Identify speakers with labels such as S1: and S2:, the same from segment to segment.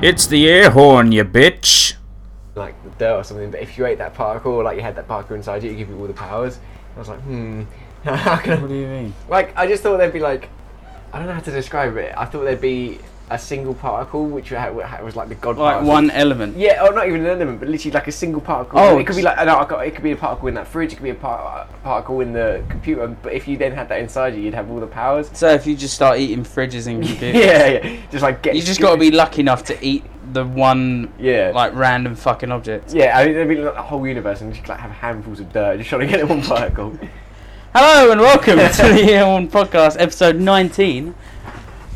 S1: It's the air horn, you bitch.
S2: like the dirt or something. But if you ate that particle, or like you had that particle inside you, it give you all the powers. I was like, hmm, how can I?
S1: What do you mean?
S2: Like, I just thought there'd be like, I don't know how to describe it. I thought there'd be a single particle which ha- ha- was like the god.
S3: Like
S2: particle.
S3: one element.
S2: Yeah, or not even an element, but literally like a single particle.
S3: Oh,
S2: it could be like no, I got- it could be a particle in that fridge. It could be a par- particle in the computer. But if you then had that inside you, you'd have all the powers.
S3: So if you just start eating fridges and computers,
S2: Yeah, yeah. Just like get.
S3: you just got to be lucky enough to eat the one
S2: Yeah.
S3: like random fucking object.
S2: Yeah, I mean, there'd be like a whole universe and just like have handfuls of dirt, just trying to get in one particle.
S3: Hello and welcome to the Year One Podcast, episode 19,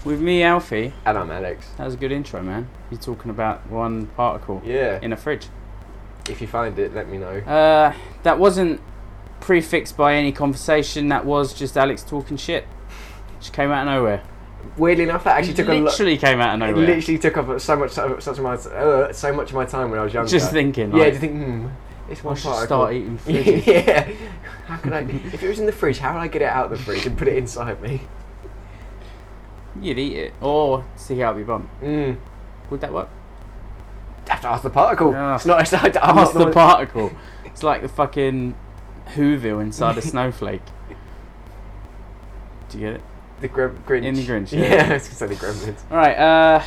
S3: with me, Alfie.
S2: and I'm Alex.
S3: That was a good intro, man. You're talking about one particle
S2: Yeah.
S3: in a fridge.
S2: If you find it, let me know.
S3: Uh, that wasn't prefixed by any conversation. That was just Alex talking shit. Just came out of nowhere.
S2: Weirdly enough, that actually took a lot.
S3: literally came out of
S2: It
S3: nowhere.
S2: literally took up so much, so much of my, uh, so much of my time when I was younger.
S3: just thinking.
S2: Yeah,
S3: Like,
S2: do you think? Hmm, it's
S3: I
S2: one
S3: should
S2: particle.
S3: start eating fridges.
S2: yeah. How could I? If it was in the fridge, how would I get it out of the fridge and put it inside me?
S3: You'd eat it or stick it out of your bum.
S2: Mm.
S3: Would that work?
S2: Have to ask the particle.
S3: Yeah.
S2: It's not. It's not to
S3: Ask
S2: ask
S3: the
S2: the
S3: particle. It's like the fucking Whoville inside a snowflake. Do you get it?
S2: the grim, Grinch.
S3: In the Grinch, yeah.
S2: Yeah, I was gonna say the Gremlins.
S3: All right. Uh,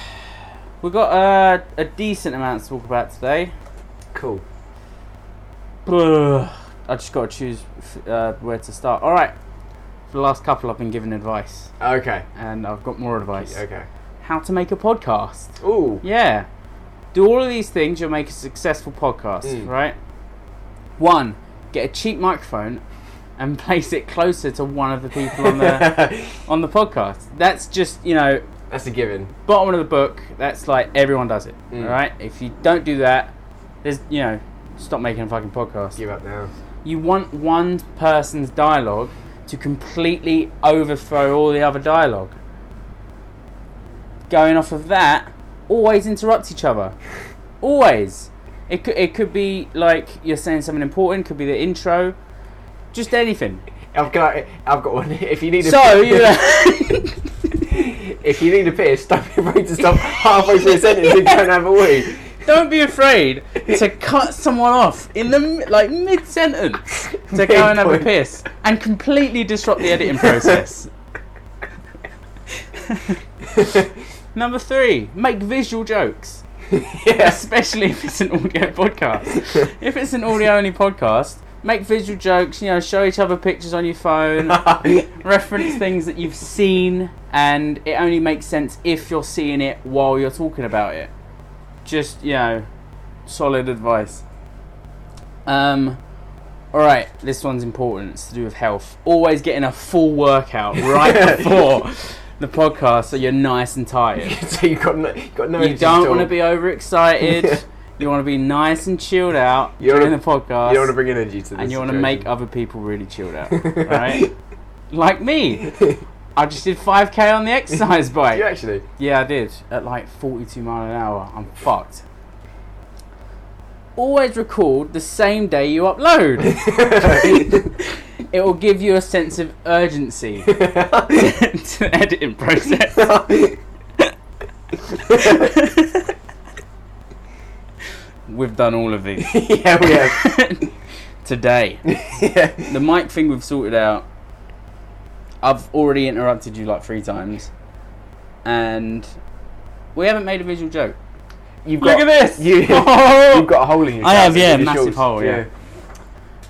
S3: we've got uh, a decent amount to talk about today.
S2: Cool.
S3: Ugh, I just got to choose f- uh, where to start. All right. For the last couple, I've been given advice,
S2: Okay.
S3: and I've got more advice.
S2: Okay.
S3: How to make a podcast.
S2: Ooh.
S3: Yeah. Do all of these things, you'll make a successful podcast,
S2: Mm.
S3: right? One, get a cheap microphone and place it closer to one of the people on the on the podcast. That's just, you know,
S2: That's a given.
S3: bottom of the book, that's like everyone does it.
S2: Mm.
S3: Alright? If you don't do that, there's you know, stop making a fucking podcast.
S2: Give up now.
S3: You want one person's dialogue to completely overthrow all the other dialogue. Going off of that, always interrupt each other. Always. It could, it could be like you're saying something important, could be the intro, just anything.
S2: I've got. I've got one. If you need. A
S3: So, you
S2: if you need a piss, don't be afraid to stop halfway through a sentence and don't have a wee.
S3: Don't be afraid to cut someone off in the m- like mid sentence to go and have a
S2: Mid-point.
S3: piss and completely disrupt the editing process. Number three, make visual jokes,
S2: yeah.
S3: especially if it's an audio podcast. If it's an audio only podcast, make visual jokes. You know, show each other pictures on your phone, reference things that you've seen, and it only makes sense if you're seeing it while you're talking about it. Just you know, solid advice. Um, all right, this one's important. It's to do with health. Always getting a full workout right before the podcast, so you're nice and tired.
S2: so you got no. You got no.
S3: You
S2: energy
S3: don't
S2: at
S3: want to
S2: all.
S3: be overexcited. You want to be nice and chilled out
S2: You
S3: during
S2: wanna-
S3: the podcast,
S2: You don't want to bring energy to this.
S3: and you want to make other people really chilled out, right? like me,
S2: situation.
S3: I just did 5k on the exercise bike.
S2: you actually.
S3: Yeah, I did. At like 42 mile an hour, I'm fucked. Always record the same day you upload. it will give you a sense of urgency to the editing process. We've done all of these
S2: yeah, we have.
S3: today.
S2: Yeah.
S3: The mic thing we've sorted out. I've already interrupted you like three times, and we haven't made a visual joke.
S2: You've
S3: Look
S2: got,
S3: at this! Oh!
S2: You, you've got a hole in your.
S3: I have,
S2: trousers,
S3: yeah,
S2: in your
S3: massive
S2: shorts.
S3: hole, yeah.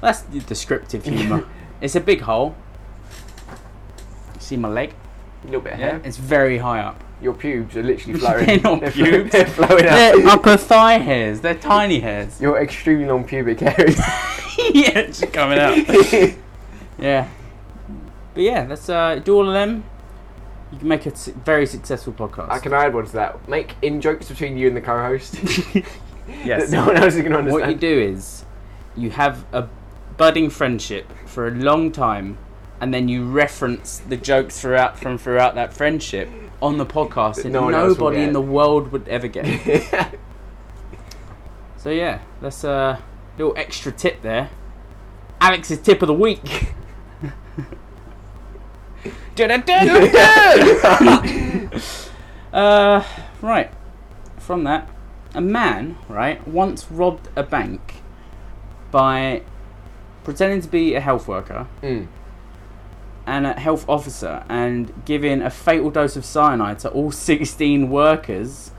S3: That's the descriptive humour. it's a big hole. See my leg?
S2: Little bit of
S3: Yeah.
S2: hair.
S3: It's very high up.
S2: Your pubes are literally flowing.
S3: They're not
S2: flo-
S3: pubes.
S2: They're flowing out.
S3: They're upper thigh hairs. They're tiny hairs.
S2: Your extremely long pubic hair is
S3: yeah, it's just coming out. Yeah. But yeah, that's uh, do all of them. You can make a s- very successful podcast.
S2: I can add one to that. Make in jokes between you and the co-host.
S3: Yes.
S2: that no one else is going to understand.
S3: what you do is you have a budding friendship for a long time and then you reference the jokes throughout from throughout that friendship on the podcast and
S2: No one else will
S3: nobody
S2: get
S3: in
S2: it.
S3: the world would ever get it. so yeah that's a little extra tip there alex's tip of the week uh, right from that, a man, right, once robbed a bank by pretending to be a health worker
S2: Mm.
S3: and a health officer and giving a fatal dose of cyanide to all 16 workers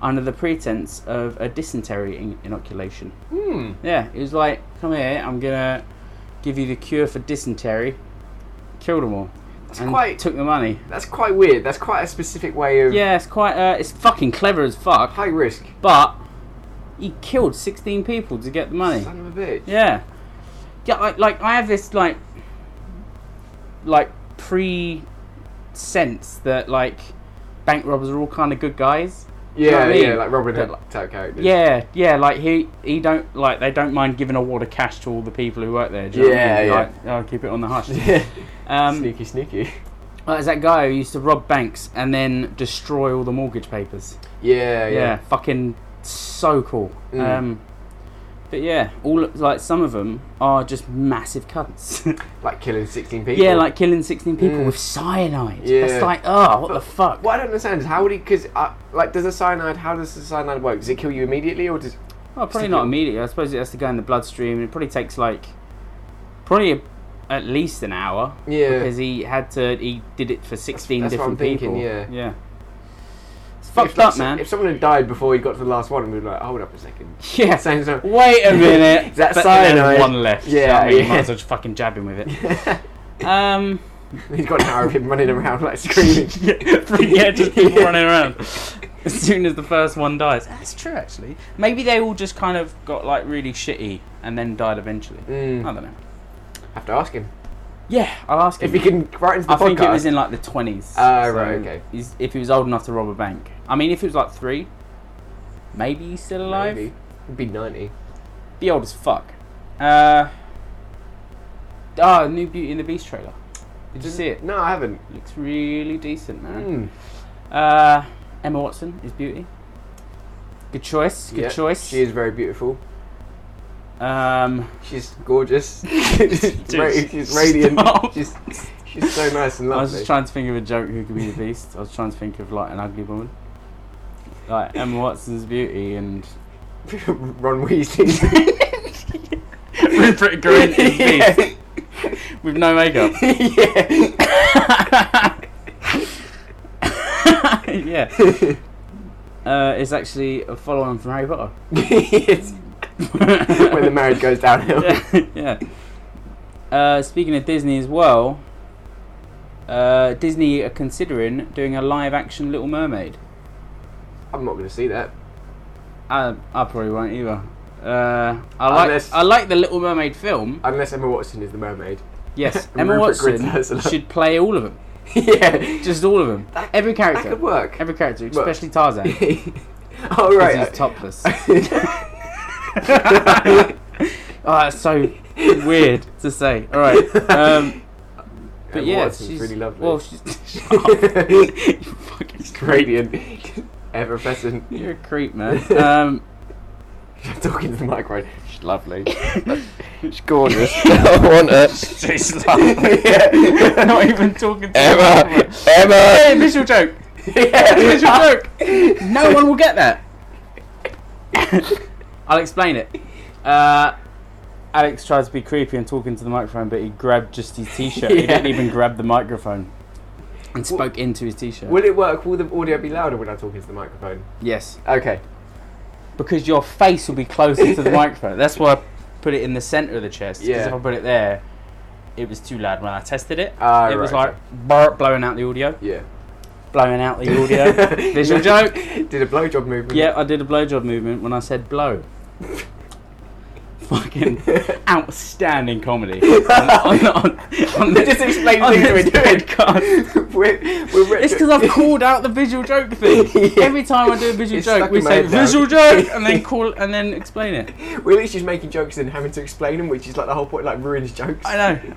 S3: under the pretense of a dysentery in- inoculation.
S2: Hmm.
S3: Yeah, it was like, come here, I'm gonna give you the cure for dysentery. Killed them all. That's and
S2: quite-
S3: took the money.
S2: That's quite weird. That's quite a specific way of
S3: Yeah, it's quite. Uh, it's fucking clever as fuck.
S2: high risk.
S3: But he killed 16 people to get the money.
S2: Son of a bitch.
S3: Yeah. Yeah, I, like I have this like like pre sense that like bank robbers are all kind of good guys.
S2: Yeah,
S3: know what I mean?
S2: yeah, like Robin Hood
S3: But-
S2: type characters.
S3: Yeah, yeah, like he he don't like they don't mind giving a wad of cash to all the people who work there. Do you know what I
S2: Yeah,
S3: mean?
S2: yeah.
S3: Like, I'll keep it on the hush.
S2: Yeah.
S3: Um,
S2: sneaky, sneaky.
S3: like, there's that guy who used to rob banks and then destroy all the mortgage papers.
S2: Yeah, yeah.
S3: yeah, fucking so cool.
S2: Mm.
S3: Um, but yeah, all like some of them are just massive cunts.
S2: Like killing 16 people.
S3: yeah, like killing sixteen people
S2: Mm.
S3: with cyanide.
S2: Yeah.
S3: It's like, oh, what the fuck?
S2: What I don't understand is how would he? Because uh, like, does a cyanide? How does the cyanide work? Does it kill you immediately, or does?
S3: Well, probably not immediately. I suppose it has to go in the bloodstream. It probably takes like probably a, at least an hour
S2: Yeah.
S3: because he had to. He did it for sixteen
S2: that's what I'm
S3: different
S2: thinking,
S3: people.
S2: yeah.
S3: yeah. It's
S2: If,
S3: fucked
S2: like,
S3: up,
S2: so-
S3: man.
S2: If someone had died before he got to the last one, we'd be like, hold up a second.
S3: Yeah.
S2: Same as
S3: Wait a minute.
S2: Is that
S3: but there's
S2: cyanide?
S3: one left.
S2: Yeah,
S3: Yeah, you
S2: yeah.
S3: might as well just fucking jab him with it. um,
S2: he's got an hour of him running around like screaming.
S3: yeah, yeah, just people
S2: Yeah.
S3: running around. As soon as the first one dies, that's true. Actually, maybe they all just kind of got like really shitty and then died eventually. I
S2: Mm,
S3: don't know.
S2: have to ask him
S3: Yeah, I'll ask him.
S2: if he can write into the
S3: I
S2: podcast.
S3: think it was in like the twenties.
S2: Ah, right, okay.
S3: He's, if he was old enough to rob a bank, I mean, if he was like three, maybe he's still alive.
S2: Maybe. He'd be 90.
S3: Be old as fuck. Uh, ah, new Beauty and the Beast trailer. Did you see it?
S2: No, I haven't.
S3: Looks really decent, man.
S2: Mm.
S3: Uh, Emma Watson is beauty. Good choice. Good
S2: Hmm. Yeah,
S3: choice.
S2: She is very beautiful.
S3: Um,
S2: She's gorgeous. she's, ra- she's radiant.
S3: Stop.
S2: She's she's so nice and
S3: I was
S2: lovely.
S3: just trying to think of a joke who could be the beast. I was trying to think of like an ugly woman, like Emma Watson's beauty and
S2: Ron Weasley.
S3: Rupert Grint is beast with no makeup.
S2: yeah.
S3: yeah, uh, it's actually a follow-on from Harry Potter.
S2: Yes. when the marriage goes downhill.
S3: yeah. Uh, speaking of Disney as well, uh, Disney are considering doing a live action Little Mermaid.
S2: I'm not going to see that.
S3: I, Uh, I probably won't either. Uh, I like
S2: Unless-
S3: I like the Little Mermaid film.
S2: Unless Emma Watson is the mermaid.
S3: Yes,
S2: And
S3: Emma
S2: Rupert Grint's
S3: Watson
S2: Ursula.
S3: should play all of them,
S2: yeah.
S3: just all of them, every
S2: That
S3: character,
S2: could work.
S3: every character,
S2: Well-
S3: especially Tarzan, because
S2: oh, right.
S3: he's topless. Oh, that's so weird to say. All right, um, but
S2: Emma
S3: yeah,
S2: Watson's
S3: she's
S2: really lovely.
S3: Well, she's Shut up. You fucking creep.
S2: Radiant. Effervescent.
S3: You're a creep, man. Um,
S2: I'm talking to the microphone. She's lovely.
S4: It's gorgeous. I want it.
S3: she's lovely.
S2: yeah.
S3: Not even talking to
S4: Emma!
S3: you. Hey,
S4: Emma!
S3: Visual joke.
S2: yeah.
S3: Visual joke. No one will get that. I'll explain it. Uh, Alex tried to be creepy and talking to the microphone, but he grabbed just his t-shirt. He
S2: Yeah.
S3: didn't even grab the microphone and spoke into his t-shirt.
S2: Will it work? Will the audio be louder when I talk into the microphone?
S3: yes,
S2: Okay.
S3: because your face will be closer to the microphone. That's why I put it in the center of the chest. Because
S2: Yeah.
S3: if I put it there, it was too loud when I tested it.
S2: Ah,
S3: it was
S2: right,
S3: like burr, blowing out the audio,
S2: Yeah.
S3: blowing out the audio. Visual joke.
S2: Did a blowjob movement.
S3: Yeah, I did a blowjob movement when I said blow. Fucking outstanding comedy. on, on, on, on
S2: It
S3: this,
S2: just explains
S3: on
S2: things
S3: this
S2: we're doing.
S3: podcast.
S2: we're, we're
S3: It's because I've called out the visual joke thing.
S2: Yeah.
S3: Every time I do a visual
S2: It's
S3: joke,
S2: stuck
S3: we
S2: in my
S3: say
S2: head now.
S3: visual joke and then call and then explain it.
S2: we're at least just making jokes and having to explain them, which is like the whole point. Like ruins jokes.
S3: I know.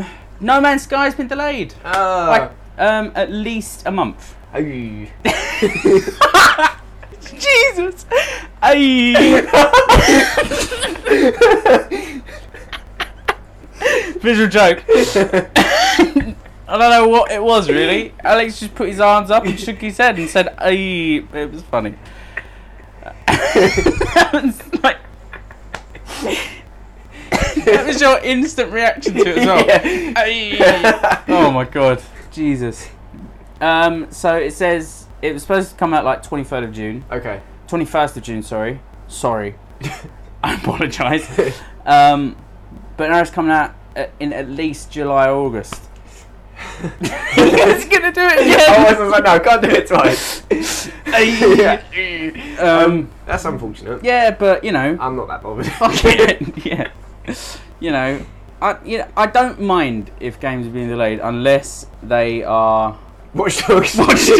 S3: Um, no Man's Sky has been delayed.
S2: Ah. oh.
S3: Like, um, at least a month.
S2: Ooh.
S3: Jesus! Ay. Visual joke. I don't know what it was really. Alex just put his arms up and shook his head and said, "Ay." It was funny. It's like- that was your instant reaction to it as well. Ay. oh my god, Jesus. Um, so it says it was supposed to come out like 23rd of June,
S2: Okay.
S3: 21st of June. Sorry, sorry. I apologise. Um, but now it's coming out uh, in at least July, August. He's gonna do it
S2: Oh, I
S3: again.
S2: was, I was like, no, can't do it twice.
S3: Ay. um,
S2: That's unfortunate.
S3: yeah, but you know,
S2: I'm not that bothered.
S3: Fuck it. yeah. You know, I you know, I don't mind if games are being delayed unless they are
S2: Watch Dogs. Watch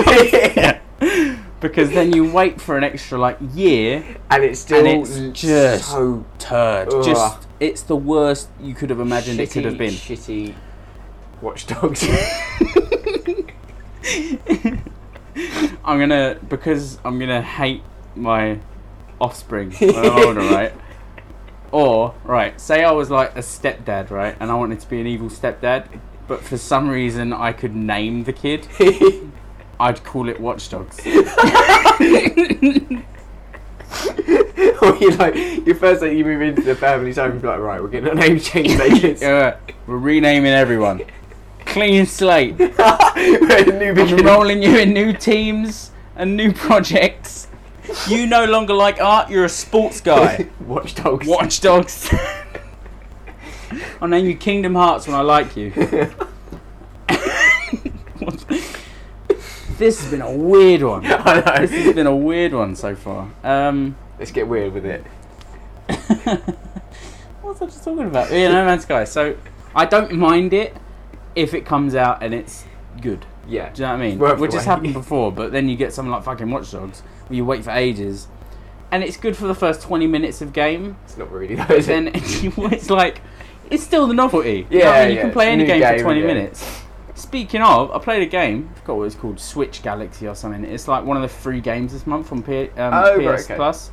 S3: because then you wait for an extra like year
S2: And it's still
S3: And it's just
S2: so
S3: turd.
S2: Ugh.
S3: Just it's the worst you could have imagined it could have been.
S2: shitty. Watch Dogs.
S3: I'm gonna because I'm gonna hate my offspring when I'm older, right? Or right, say I was like a stepdad, right, and I wanted to be an evil stepdad, but for some reason I could name the kid. I'd call it Watchdogs.
S2: or you like your first day you move into the family's home, you're like, right, we're getting a name change naked.
S3: Yeah, we're renaming everyone. Clean slate.
S2: we're a new
S3: We're
S2: beginning.
S3: rolling you in new teams and new projects. You no longer like art. You're a sports guy.
S2: Watch Dogs.
S3: Watch Dogs. I'll name Oh, you Kingdom Hearts when I like you. this has been a weird one.
S2: I know.
S3: This has been a weird one so far. Um,
S2: Let's get weird with it.
S3: what was I just talking about? Yeah, No Man's Sky. So I don't mind it if it comes out and it's good.
S2: Yeah.
S3: Do you know what I mean?
S2: Worth the
S3: Which has
S2: wait.
S3: happened before, but then you get something like fucking Watch Dogs, where you wait for ages, and it's good for the first twenty minutes of game.
S2: It's not really though, is
S3: Then
S2: it?
S3: it's like it's still the novelty. You know
S2: Yeah,
S3: what I mean? you
S2: yeah,
S3: can play
S2: it's a
S3: any
S2: new
S3: game,
S2: game,
S3: for twenty
S2: yeah.
S3: minutes. Speaking of, I played a game. I forgot what it's called, Switch Galaxy or something. It's like one of the free games this month on P- um,
S2: Oh,
S3: PS
S2: right, okay.
S3: Plus.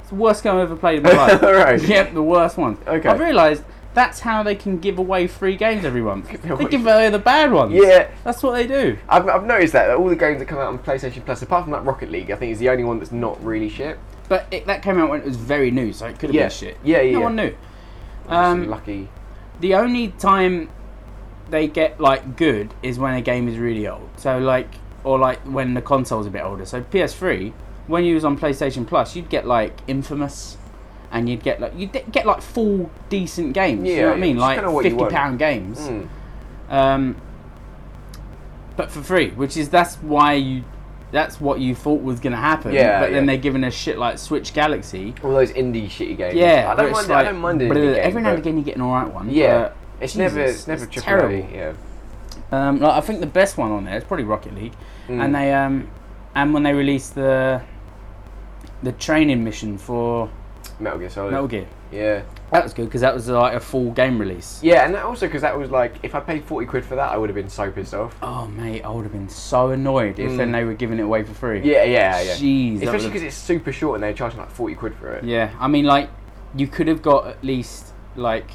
S3: It's the worst game I've ever played in my life.
S2: Right.
S3: Yep, the worst one.
S2: Okay.
S3: I've realised that's how they can give away free games every month. They give away the bad ones.
S2: Yeah.
S3: That's what they do.
S2: I've, I've noticed that, that all the games that come out on PlayStation Plus, apart from that Rocket League, I think is the only one that's not really shit.
S3: But it, that came out when it was very new, so it could have
S2: Yeah.
S3: been shit.
S2: Yeah, yeah,
S3: No
S2: yeah.
S3: one knew.
S2: Um,
S3: Um,
S2: lucky.
S3: the only time they get like good is when a game is really old. So like, or like when the console's a bit older. So PS3, when you was on PlayStation Plus, you'd get like Infamous, and you'd get like you would get like full decent games. you
S2: Yeah,
S3: know what I
S2: yeah,
S3: mean?
S2: it's
S3: Like
S2: kinda what you
S3: fifty
S2: want.
S3: pound games.
S2: Mm.
S3: Um, but for free, which is that's why you. That's what you thought was going to happen,
S2: Yeah,
S3: but then
S2: yeah.
S3: they're giving us shit like Switch Galaxy,
S2: All those indie shitty games.
S3: yeah,
S2: I
S3: where
S2: don't
S3: it's
S2: mind.
S3: Like,
S2: I don't mind an
S3: but
S2: indie game,
S3: every now and
S2: but-
S3: again you get an alright one.
S2: Yeah. It's
S3: Jesus,
S2: never, it's never
S3: it's
S2: AAA.
S3: terrible.
S2: Yeah.
S3: but, um, like, I think the best one on there is probably Rocket League,
S2: Mm.
S3: and they um, and when they released the the training mission for
S2: Metal Gear Solid.
S3: Metal Gear,
S2: Yeah.
S3: that was good because that was like a full game release.
S2: Yeah, and that also because that was like, if I paid forty quid for that, I would have been so pissed off.
S3: Oh mate, I would have been so annoyed if then they were giving it away for free.
S2: Mm. Yeah, yeah, yeah.
S3: Jeez, that
S2: Especially
S3: would've-
S2: because it's super short and they're charging like forty quid for it.
S3: Yeah, I mean, like, you could have got at least like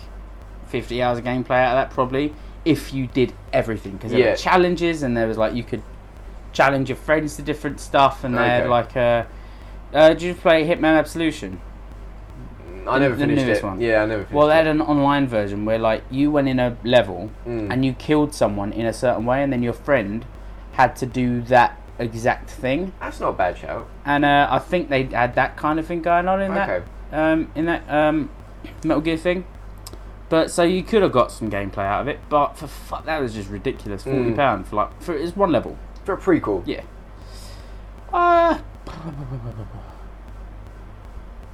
S3: 50 hours of gameplay out of that probably if you did everything because there
S2: Yeah.
S3: were challenges and there was like you could challenge your friends to different stuff and they had
S2: Okay.
S3: like a. Uh, did you play Hitman Absolution?
S2: I never
S3: the
S2: finished
S3: newest
S2: it.
S3: one.
S2: Yeah, I never finished
S3: Well, they
S2: it.
S3: had an online version where like you went in a level
S2: Mm.
S3: and you killed someone in a certain way, and then your friend had to do that exact thing.
S2: That's not a bad shout.
S3: And uh, I think they had that kind of thing going on in that
S2: Okay.
S3: um, in that um, Metal Gear thing. But so you could have got some gameplay out of it, but for fuck, that was just ridiculous. Forty
S2: Mm.
S3: pound for like for it's one level.
S2: For a prequel.
S3: Yeah. Uh,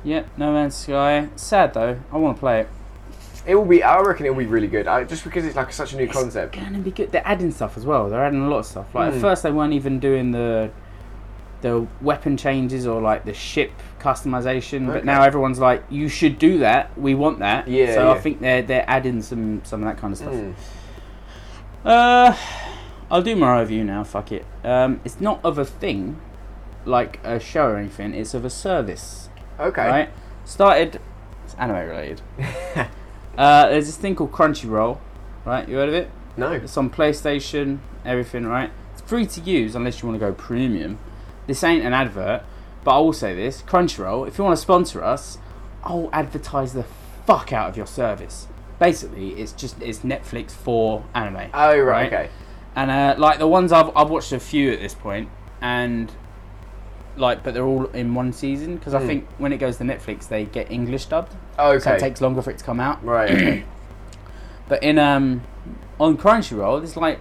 S3: yeah, No Man's Sky. Sad though. I want to play it.
S2: It will be. I reckon it will be really good. I, just because it's like such a new concept. Hmm.
S3: Gonna be good. They're adding stuff as well. They're adding a lot of stuff. Like at first they weren't even doing the the weapon changes or like the ship customization, but
S2: Okay.
S3: now everyone's like, you should do that. We want that.
S2: Yeah,
S3: So I
S2: yeah. Hmm.
S3: think they're they're adding some some of that kind of stuff. Uh, I'll do my review now. Fuck it. Um, it's not of a thing, like a show or anything. It's of a service,
S2: Okay.
S3: right? Started. It's anime related. uh, there's this thing called Crunchyroll, right? You heard of it?
S2: No.
S3: It's on PlayStation, everything, right? It's free to use unless you want to go premium. This ain't an advert, But I will say this Crunchyroll, if you want to sponsor us, I'll advertise the fuck out of your service. Basically, it's just it's Netflix for anime.
S2: Oh right, okay.
S3: And uh, like the ones I've I've watched a few at this point, and like but they're all in one season because I
S2: Hmm.
S3: think when it goes to Netflix they get English dubbed,
S2: Okay.
S3: so it takes longer for it to come out.
S2: right. Okay.
S3: But in um on Crunchyroll, there's like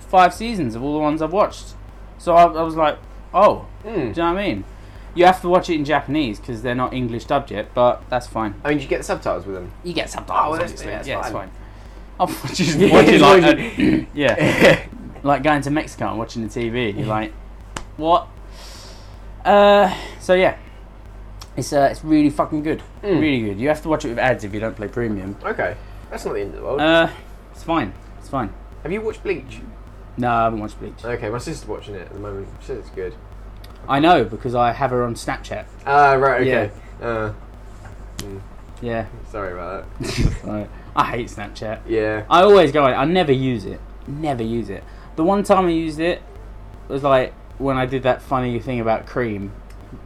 S3: five seasons of all the ones I've watched. So I, I was like, oh, do
S2: Hmm.
S3: you know what I mean? You have to watch it in Japanese because they're not English dubbed yet, but that's fine.
S2: I mean, do you get the subtitles with them?
S3: You get
S2: Oh,
S3: subtitles,
S2: well, that's-
S3: obviously.
S2: yeah, that's
S3: yeah, it's
S2: fine.
S3: fine. I'm just
S2: Yeah,
S3: watching
S2: it's
S3: like,
S2: fine.
S3: a- yeah, like going to Mexico and watching the TV. You're like, what? Uh, so yeah, it's uh, it's really fucking good,
S2: Mm.
S3: really good. You have to watch it with ads if you don't play premium.
S2: okay. That's not the end of the world.
S3: Uh, it's fine, it's fine.
S2: Have you watched Bleach?
S3: No, I haven't watched Bleach.
S2: Okay, my sister's watching it at the moment. She says it's good.
S3: I know because I have her on Snapchat.
S2: Ah, right. Okay. Uh,
S3: Yeah,
S2: sorry about that.
S3: Right. I hate Snapchat.
S2: Yeah.
S3: I always go. on it. I never use it. Never use it. The one time I used it was like when I did that funny thing about cream.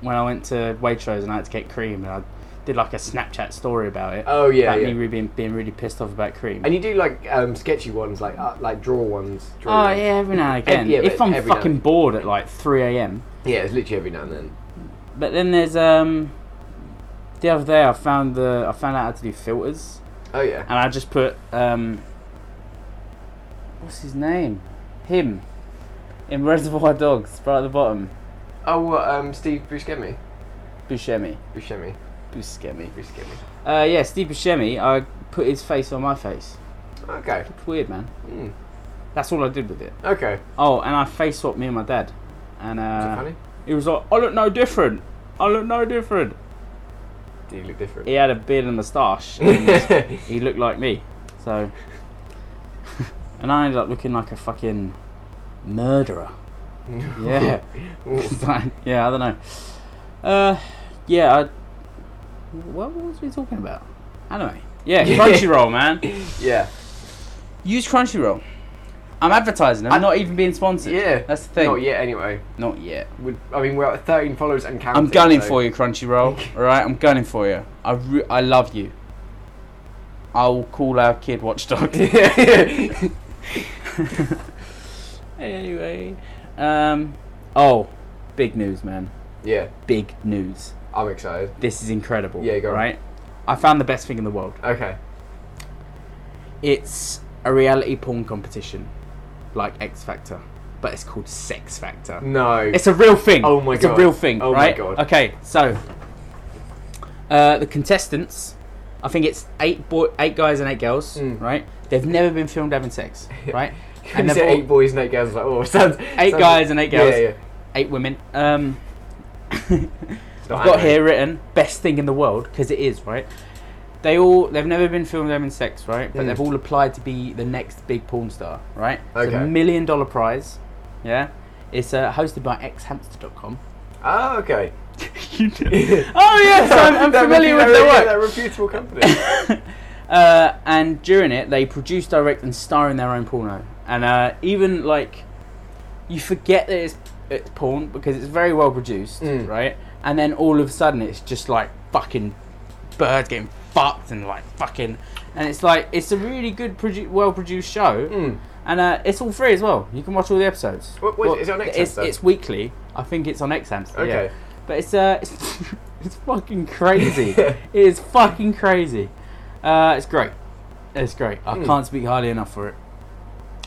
S3: When I went to Waitrose and I had to get cream, and I did like a Snapchat story about it.
S2: Oh yeah.
S3: about
S2: yeah.
S3: me really being, being really pissed off about cream.
S2: And you do like um, sketchy ones, like uh, like draw ones. Draw
S3: Oh
S2: ones.
S3: yeah, every now and again.
S2: yeah,
S3: if
S2: but
S3: I'm
S2: every now
S3: fucking
S2: and-
S3: bored at like 3 a.m.
S2: Yeah, it's literally every now and then.
S3: But then there's um. The other day, I found the I found out how to do filters.
S2: Oh yeah.
S3: and I just put um, what's his name, him, in Reservoir Dogs, right at the bottom,
S2: Oh, what, um, Steve Buscemi.
S3: Buscemi,
S2: Buscemi.
S3: Buscemi.
S2: Buscemi.
S3: Uh, yeah, Steve Buscemi. I put his face on my face.
S2: Okay.
S3: It's weird, man.
S2: Mm.
S3: That's all I did with it.
S2: Okay. Is
S3: Oh, and I face swapped me and my dad, and
S2: it
S3: uh,
S2: funny?
S3: he was like, "I look no different. I look no different."
S2: Do you look different?
S3: He had a beard and moustache. he looked like me. So, and I ended up looking like a fucking murderer. Yeah. It's like- yeah, I don't know. Uh, yeah. I, what, what was we talking about? Anyway, yeah, Crunchyroll, man.
S2: yeah.
S3: Use Crunchyroll. I'm advertising. I'm not even being sponsored.
S2: Yeah.
S3: that's the thing.
S2: Not yet, anyway.
S3: Not yet.
S2: we I mean, we're at 13 followers and counting.
S3: I'm gunning
S2: so-
S3: for you, Crunchyroll. all right, I'm gunning for you. I re- I love you. I'll call our kid Watchdog. anyway, um, oh, big news, man.
S2: yeah,
S3: Big news.
S2: I'm excited.
S3: This is incredible.
S2: Yeah, go on.
S3: right. I found the best thing in the world.
S2: Okay.
S3: It's a reality porn competition, like X Factor, but it's called Sex Factor.
S2: No.
S3: It's a real thing.
S2: Mm. Oh my
S3: it's
S2: God.
S3: a real thing.
S2: Oh my
S3: right?
S2: God.
S3: Okay, so uh, the contestants, I think it's eight boy, eight guys and eight girls,
S2: Mm.
S3: right? They've never been filmed having sex, right?
S2: and
S3: they've all-
S2: eight boys and eight girls. Like, oh, sounds.
S3: Eight
S2: sounds-
S3: guys and eight girls.
S2: Yeah, yeah.
S3: eight women. Um,
S2: Not
S3: I've got
S2: anime.
S3: here written best thing in the world because it is right. They all they've never been filmed having sex, right? But
S2: Mm.
S3: they've all applied to be the next big porn star, right? It's
S2: Okay.
S3: a million dollar prize. Yeah, it's uh, hosted by xhamster.com.
S2: Oh, okay.
S3: Oh yes, I'm, I'm
S2: That
S3: familiar
S2: repu-
S3: with their
S2: that-
S3: work.
S2: That reputable company.
S3: Uh, and during it, they produce, direct, and star in their own porno. And uh, even like, you forget that it's, it's porn because it's very well produced,
S2: Mm.
S3: right? And then all of a sudden, it's just like fucking birds getting fucked and like fucking, and it's like it's a really good, produ- well produced show.
S2: Mm.
S3: And uh, it's all free as well. You can watch all the episodes.
S2: What- what is it? Is it on
S3: It's,
S2: Xhamster?
S3: it's weekly. I think it's on Xhamster.
S2: Okay.
S3: Yeah. But it's uh, it's, it's fucking crazy. it is fucking crazy. Uh, it's great. It's great. I
S2: Hmm.
S3: can't speak highly enough for it.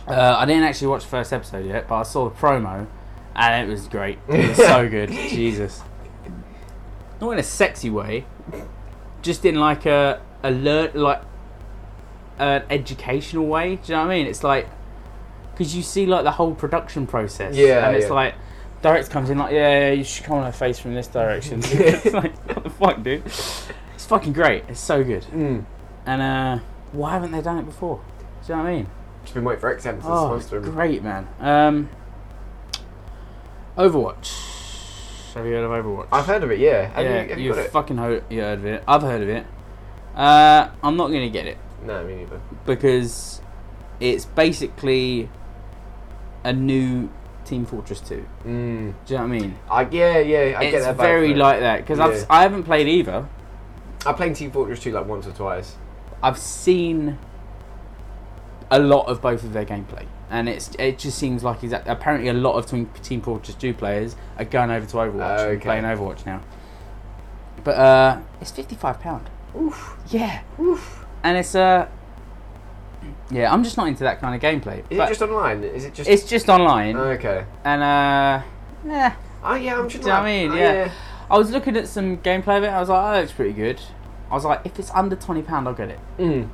S3: Uh, I didn't actually watch the first episode yet, but I saw the promo, and it was great. It was so good. Jesus. Not in a sexy way, just in like a alert, like an educational way. Do you know what I mean? It's like because you see like the whole production process.
S2: Yeah,
S3: and it's
S2: yeah.
S3: like direct comes in like, yeah, yeah, you should come on her face from this direction. it's like, what the fuck, dude? It's fucking great. It's so good.
S2: Mm.
S3: And uh, why haven't they done it before? Do you know what I mean?
S2: Just been waiting for X Hamster to
S3: Oh,
S2: sponsor him.
S3: great, man. Um, Overwatch. Have you heard of Overwatch?
S2: I've heard of it. Yeah. Have
S3: yeah,
S2: you, have you
S3: you've
S2: got it?
S3: fucking ho- you heard of it. I've heard of it. Uh, I'm not gonna get it
S2: no, me neither.
S3: because it's basically a new Team Fortress 2.
S2: Mm.
S3: Do you know what I mean?
S2: I, yeah, yeah, I get
S3: it's
S2: that. vibe
S3: very
S2: from it.
S3: like that because
S2: Yeah.
S3: I've I haven't played either.
S2: I played Team Fortress 2 like once or twice.
S3: I've seen a lot of both of their gameplay, and it's it just seems like exact. Apparently, a lot of Team, Team Fortress 2 players are going over to Overwatch and
S2: Okay.
S3: playing Overwatch now. But uh, it's fifty five pound. Oof. Yeah. Oof. And it's uh, yeah. I'm just not into that kind of gameplay.
S2: Is
S3: but
S2: it just Oh. online? Is it just?
S3: it's just online,
S2: okay.
S3: and uh, yeah.
S2: Oh yeah, I'm just.
S3: Do you know what I
S2: like,
S3: mean?
S2: oh,
S3: Yeah. I was looking at some gameplay of it. I was like, oh, that looks pretty good. I was like, if it's under twenty pound, I'll get it.
S2: Mm.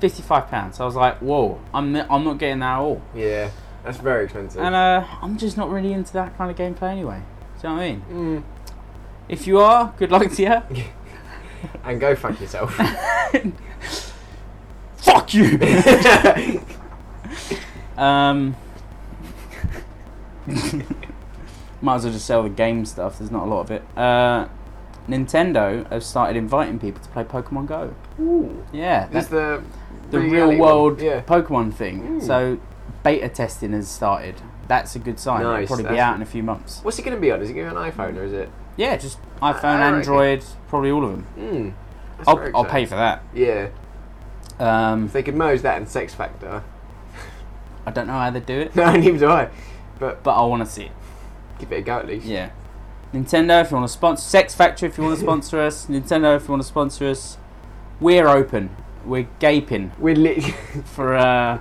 S3: Fifty-five pounds. I was like, whoa, I'm I'm not getting that at all.
S2: Yeah. That's very expensive.
S3: And uh, I'm just not really into that kind of gameplay anyway. Do you know what I mean?
S2: mm.
S3: If you are, good luck to you.
S2: And go fuck yourself.
S3: Fuck you.
S2: yeah.
S3: um. Might as well just sell the game stuff. There's not a lot of it. Uh, Nintendo have started inviting people to play Pokemon Go. Yeah,
S2: Is the
S3: the
S2: reality
S3: real world
S2: one. Yeah.
S3: Pokemon thing.
S2: Mm.
S3: So beta testing has started. That's a good sign.
S2: Nice,
S3: It'll probably be
S2: that's-
S3: out in a few months.
S2: What's it going to be on? Is it going to be an iPhone or is it?
S3: Yeah, just iPhone,
S2: Ah, I reckon-
S3: Android, probably all of them.
S2: Mm. That's very
S3: Hmm. I'll, I'll pay
S2: exciting.
S3: for that.
S2: Yeah.
S3: Um,
S2: If they could merge that and Sex Factor.
S3: I don't know how they do it,
S2: No, neither do I. But
S3: but I want to see it.
S2: give it a go at least.
S3: Yeah. Nintendo, if you want to sponsor Sex Factory, if you want to sponsor us, Nintendo, if you want to sponsor us, we're open. We're gaping
S2: We're literally.
S3: for uh,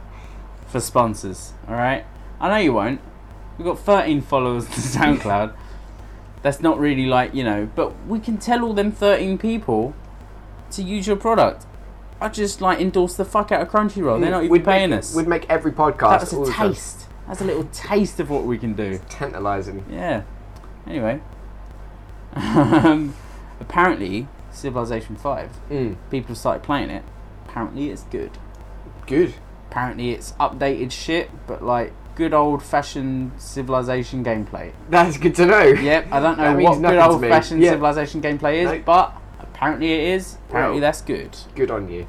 S3: for sponsors. All right. I know you won't. We've got 13 followers to SoundCloud. That's not really like you know, but we can tell all them 13 people to use your product. I just like endorse the fuck out of Crunchyroll. They're not even
S2: Mm. we'd
S3: paying
S2: make,
S3: us.
S2: We'd make every podcast.
S3: That's
S2: all
S3: a
S2: the time.
S3: taste. That's a little taste of what we can do.
S2: Tantalising.
S3: Yeah. Anyway, um, apparently Civilization Five,
S2: Mm.
S3: people started playing it. Apparently it's good.
S2: Good.
S3: Apparently it's updated shit, but like good old-fashioned Civilization gameplay.
S2: That's good to know.
S3: Yep. I don't know
S2: That
S3: what
S2: means
S3: good
S2: nothing to me.
S3: old-fashioned
S2: Yeah.
S3: Civilization gameplay is,
S2: No.
S3: but apparently it is. Apparently
S2: Wow.
S3: that's good.
S2: Good on you.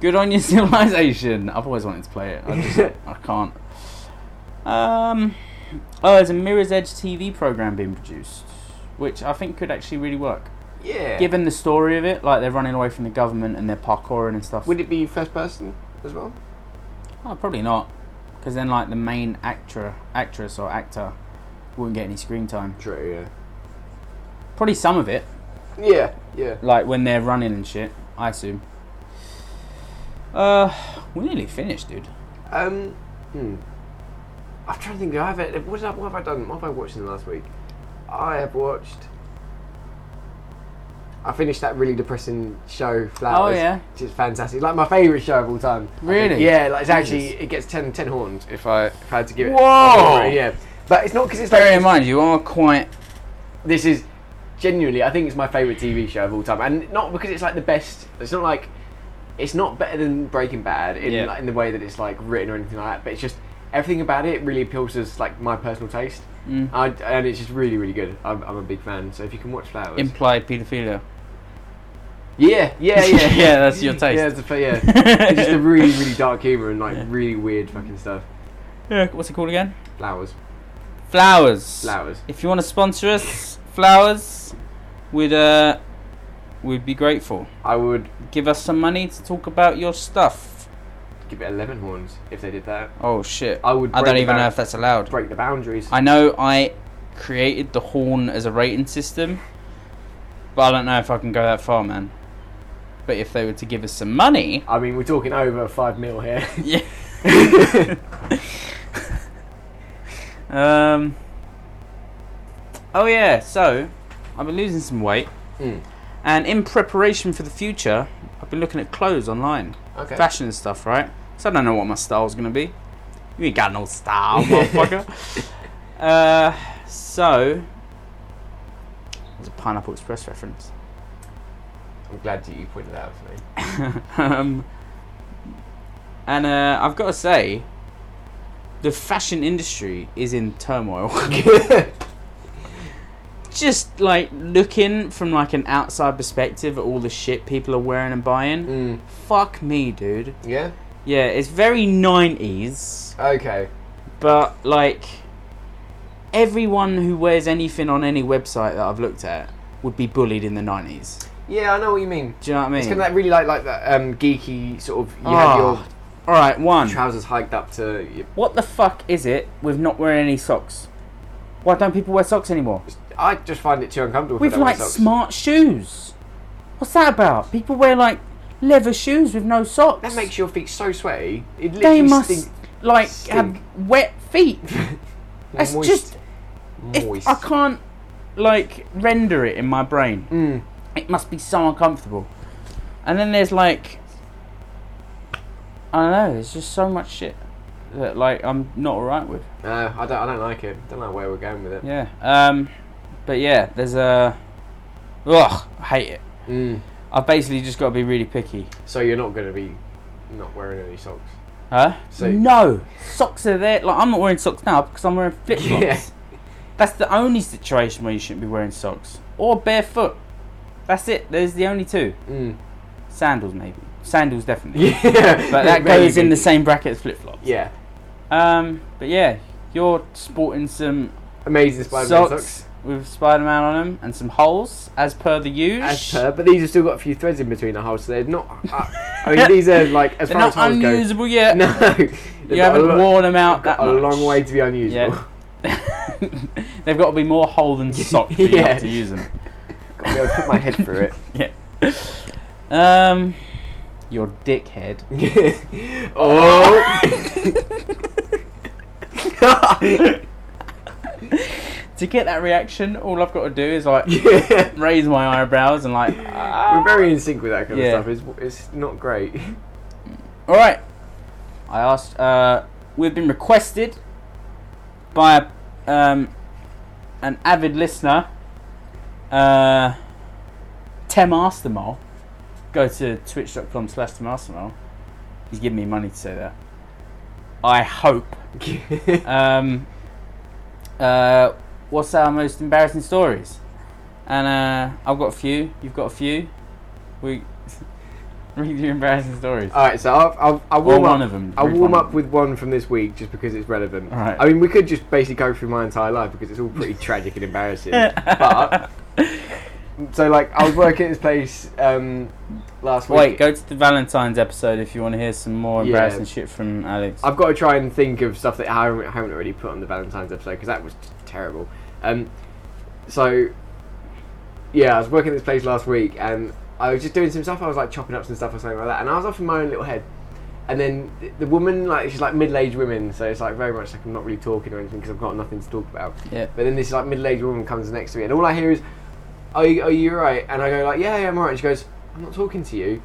S3: Good on your Civilization. I've always wanted to play it. I just I can't. Um, oh, there's a Mirror's Edge TV program being produced, which I think could actually really work.
S2: yeah.
S3: Given the story of it, like they're running away from the government and they're parkouring and stuff.
S2: Would it be first person as well?
S3: oh, probably not, because then like the main actor, actress or actor, wouldn't get any screen time.
S2: True.
S3: Probably some of it,
S2: Yeah. Yeah. Yeah.
S3: like when they're running and shit. I assume. Uh, we're nearly finished, dude.
S2: Um. Hmm. I'm trying to think. do I have it. What, did I, what have I done? What have I watched in the last week? I have watched. I finished that really depressing show, Flowers.
S3: Oh, yeah.
S2: Which is fantastic. Like my favourite show of all time. I think.
S3: Really?
S2: Yeah, like it's actually,
S3: Jesus.
S2: it gets 10, 10 horns if I, if I had to give it.
S3: Whoa!
S2: Yeah. But it's not because it's like.
S3: Bear in mind, you are quite.
S2: this is genuinely I think it's my favorite TV show of all time, and not because it's like the best. It's not like it's not better than Breaking Bad in
S3: Yeah.
S2: like, in the way that it's like written or anything like that. But it's just everything about it really appeals to us, like my personal taste,
S3: Mm.
S2: I, and it's just really really good. I'm, I'm a big fan. So if you can watch Flowers,
S3: implied paedophilia.
S2: yeah, yeah, yeah,
S3: Yeah, that's your taste.
S2: Yeah, it's a, yeah. it's just a really really dark humor and like
S3: Yeah.
S2: really weird fucking stuff.
S3: Yeah, what's it called again?
S2: Flowers,
S3: Flowers.
S2: flowers.
S3: If you want to sponsor us, flowers, we'd uh, we'd be grateful.
S2: I would
S3: Give us some money to talk about your stuff.
S2: give it eleven horns if they did that.
S3: Oh shit!
S2: I would.
S3: I
S2: break
S3: don't
S2: the
S3: even know
S2: bound-
S3: if that's allowed.
S2: break the boundaries.
S3: I know I created the horn as a rating system, but I don't know if I can go that far, man. But if they were to give us some money,
S2: I mean, we're talking over five mil here.
S3: yeah. Um. Oh yeah, so I've been losing some weight,
S2: Mm.
S3: and in preparation for the future, I've been looking at clothes online,
S2: Okay.
S3: fashion and stuff, right? So I don't know what my style's gonna be. You ain't got no style, motherfucker. uh, so it's a Pineapple Express reference.
S2: I'm glad that you pointed that out to me.
S3: um, and uh, I've got to say, the fashion industry is in turmoil. Just like looking from like an outside perspective at all the shit people are wearing and buying.
S2: Mm.
S3: Fuck me, dude.
S2: Yeah.
S3: Yeah, it's very 90s,
S2: Okay.
S3: but like everyone who wears anything on any website that I've looked at would be bullied in the 90s.
S2: Yeah, I know what you mean.
S3: Do you know what I mean?
S2: It's kind of like really like like that um, geeky sort of. You have
S3: Oh.
S2: your
S3: All right, one.
S2: trousers hiked up to. Your,
S3: What the fuck is it with not wearing any socks? Why don't people wear socks anymore?
S2: I just find it too uncomfortable. if I
S3: We've
S2: don't wear
S3: like
S2: socks.
S3: smart shoes. What's that about? People wear like leather shoes with no socks.
S2: That makes your feet so sweaty. It literally
S3: they must
S2: stink
S3: like
S2: stink.
S3: have wet feet. It's
S2: moist.
S3: just it-
S2: moist.
S3: I can't like render it in my brain.
S2: Mm.
S3: It must be so uncomfortable. And then there's like I don't know. There's just so much shit that like I'm not alright with.
S2: No, Uh, I don't. I don't like it. Don't know where we're going with it.
S3: Yeah. Um, but yeah, there's a. Ugh, I hate it.
S2: Mm.
S3: I've basically just got to be really picky.
S2: So you're not going to be not wearing any socks.
S3: Huh?
S2: So-
S3: no, socks are there. Like I'm not wearing socks now because I'm wearing flip flops.
S2: Yeah.
S3: That's the only situation where you shouldn't be wearing socks or barefoot. That's it. There's the only two.
S2: Mm.
S3: Sandals maybe. Sandals definitely.
S2: Yeah.
S3: But that
S2: Very
S3: goes in the
S2: geeky.
S3: same bracket as flip flops.
S2: Yeah.
S3: Um, but yeah, you're sporting some
S2: Amazing Spider-Man
S3: socks,
S2: socks.
S3: with Spider-Man on them and some holes, as per the use.
S2: As per, but these have still got a few threads in between the holes, so they're not. Uh, I mean, these are like as
S3: They're
S2: far
S3: not
S2: as holes go.
S3: unusable yet.
S2: No,
S3: you haven't worn them out that
S2: a
S3: much.
S2: long way to be unusable.
S3: Yeah. They've got to be more hole than sock for you
S2: Yeah.
S3: have to use them.
S2: Got to be able to put my head through it.
S3: Um, your dickhead.
S2: oh.
S3: To get that reaction, all I've got to do is like
S2: yeah.
S3: raise my eyebrows and like. ah.
S2: We're very in sync with that kind
S3: Yeah.
S2: of stuff. It's, it's not great.
S3: All right. I asked. Uh, we've been requested by a, um, an avid listener, uh, Tem Astermol. Go to twitch.com slash Tem Astermol. He's giving me money to say that. I hope. Um, uh, what's our most embarrassing stories? And uh, I've got a few. You've got a few. We read your embarrassing stories.
S2: All right, so I'll, I'll, I'll
S3: Or
S2: warm
S3: one
S2: up.
S3: of them.
S2: I'll
S3: read
S2: warm
S3: one
S2: up
S3: of
S2: with one from this week just because it's relevant.
S3: All right.
S2: I mean, we could just basically go through my entire life because it's all pretty tragic and embarrassing. But so, like, I was working at this place um, last
S3: them. Wait,
S2: week.
S3: go to the Valentine's episode if you want to hear some more
S2: Yeah.
S3: embarrassing shit from Alex.
S2: I've got to try and think of stuff that I haven't, haven't already put on the Valentine's episode because that was just terrible. Um, so, yeah, I was working at this place last week and I was just doing some stuff. I was like chopping up some stuff or something like that, and I was off in my own little head. And then th- the woman, like she's like middle-aged women, so it's like very much like I'm not really talking or anything because I've got nothing to talk about.
S3: Yeah.
S2: But then this like middle-aged woman comes next to me, and all I hear is, "Are you, are you right?" And I go like, "Yeah, yeah, I'm alright." And she goes, "I'm not talking to you."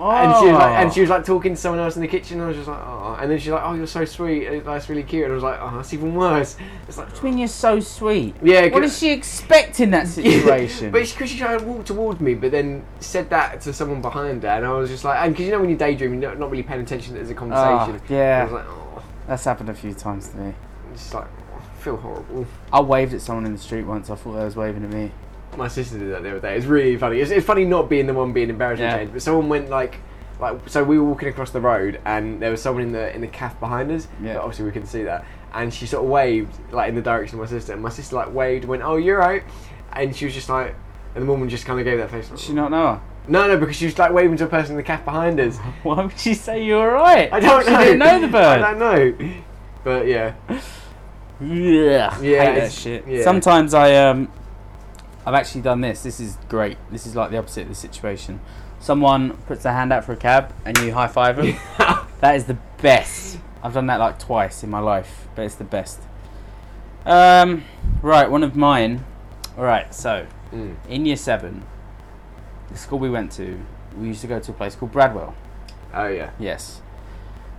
S2: And she was like,
S3: Oh.
S2: and she was like talking to someone else in the kitchen, and I was just like, oh. And then she's like, oh, you're so sweet, and that's really cute. And I was like, oh, that's even worse. It's like,
S3: I mean, you're so sweet.
S2: yeah,
S3: What does she expect in that situation?
S2: but because she tried to walk towards me, but then said that to someone behind her, and I was just like, and because you know when you daydream, you're not, not really paying attention to the
S3: Ah,
S2: conversation. I was
S3: yeah,
S2: like, oh,
S3: that's happened a few times to me.
S2: it's just like, oh, I feel horrible.
S3: I waved at someone in the street once. I thought they was waving at me.
S2: My sister did that the other day. It's really funny. It's, it's funny not being the one being embarrassed
S3: Yeah.
S2: and changed, but someone went like, like so we were walking across the road and there was someone in the in the calf behind us.
S3: Yeah.
S2: But obviously we couldn't see that, and she sort of waved like in the direction of my sister, and my sister like waved, and went, "Oh, you're right," and she was just like. And the woman just kind of gave that face. Like,
S3: Did she not know?
S2: no, no, because she was like waving to a person in the calf behind us.
S3: her? Why would she say you're alright?
S2: I don't
S3: Uh-huh. she
S2: know.
S3: didn't know the bird.
S2: I don't know. But yeah,
S3: Yeah,
S2: Yeah,
S3: hate that
S2: it's-
S3: shit.
S2: yeah.
S3: Sometimes I um, I've actually done this. This is great. This is like the opposite of the situation. Someone puts their hand out for a cab and you high five them. that is the best. I've done that like twice in my life, but it's the best. Um, right, one of mine. All right, so
S2: Mm.
S3: in year seven, the school we went to, we used to go to a place called Bradwell.
S2: oh yeah,
S3: Yes.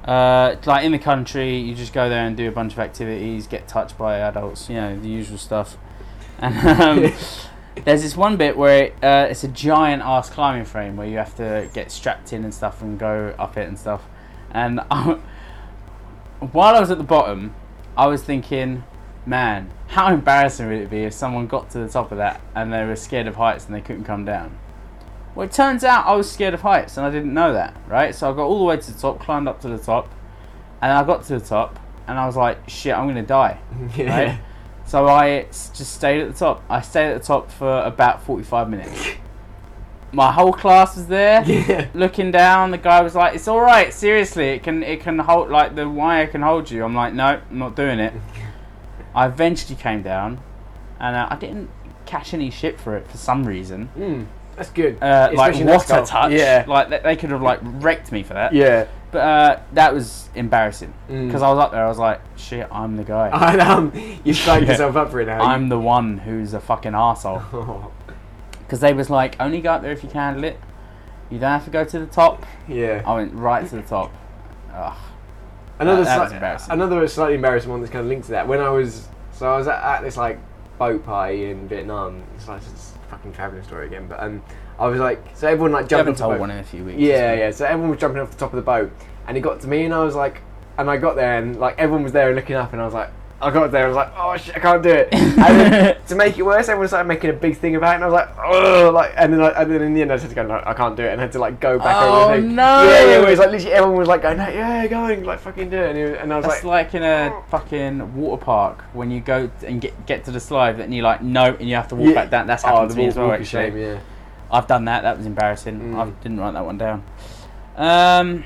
S3: Uh, like in the country, you just go there and do a bunch of activities, get touched by adults, you know, the usual stuff. And um, there's this one bit where it, uh, it's a giant ass climbing frame where you have to get strapped in and stuff and go up it and stuff. And I, while I was at the bottom, I was thinking, man, how embarrassing would it be if someone got to the top of that and they were scared of heights and they couldn't come down? Well, it turns out I was scared of heights and I didn't know that, right? So I got all the way to the top, climbed up to the top, and I got to the top and I was like, shit, I'm gonna die,
S2: yeah.
S3: right? So I s- just stayed at the top. I stayed at the top for about 45 minutes. My whole class was there.
S2: Yeah.
S3: Looking down, the guy was like, "It's all right, seriously. It can it can hold like the wire can hold you." I'm like, "No, I'm not doing it." I eventually came down, and uh, I didn't catch any shit for it for some reason.
S2: Mm, that's good.
S3: Uh, like
S2: Especially in that
S3: what a
S2: skull.
S3: touch!
S4: Yeah.
S3: like they, they could have like wrecked me for that.
S4: Yeah.
S3: But uh, that was embarrassing
S2: Mm.
S3: because I was up there. I was like, "Shit, I'm the guy."
S2: And, um, you signed
S3: Yeah.
S2: yourself up for it now.
S3: I'm the one who's a fucking asshole. Because they was like, only go up there if you can handle it. You don't have to go to the top.
S2: yeah.
S3: I went right to the top. Ugh.
S2: Another,
S3: that- that
S2: sli-
S3: was embarrassing.
S2: another slightly embarrassing one that's kind of linked to that. When I was, so I was at, at this like boat party in Vietnam. It's like this fucking traveling story again, but um, I was like, so everyone like
S3: You
S2: jumped
S3: haven't
S2: off the
S3: told
S2: boat.
S3: one in a few weeks.
S2: Yeah, yeah. So everyone was jumping off the top of the boat, and it got to me, and I was like, and I got there, and like everyone was there and looking up, and I was like, I got there, I was like, oh shit, I can't do it. And then, to make it worse, everyone started making a big thing about it, and I was like, oh, like, and then, I, and then in the end, I just had to go, no, I can't do it, and I had to like go back
S3: Oh,
S2: over the thing.
S3: no.
S2: Yeah, yeah. Where it's like literally everyone was like going, no, yeah, go and like fucking do it, and, it, and I was
S3: That's
S2: like,
S3: like in a fucking water park when you go t- and get get to the slide and you're like, no, and you have to walk
S2: Yeah.
S3: back down. That's
S2: oh,
S3: happened
S2: the
S3: to me
S2: walk,
S3: as well,
S2: walk of
S3: actually.
S2: shame, yeah.
S3: I've done that. That was embarrassing.
S2: Mm.
S3: I didn't write that one down. Um,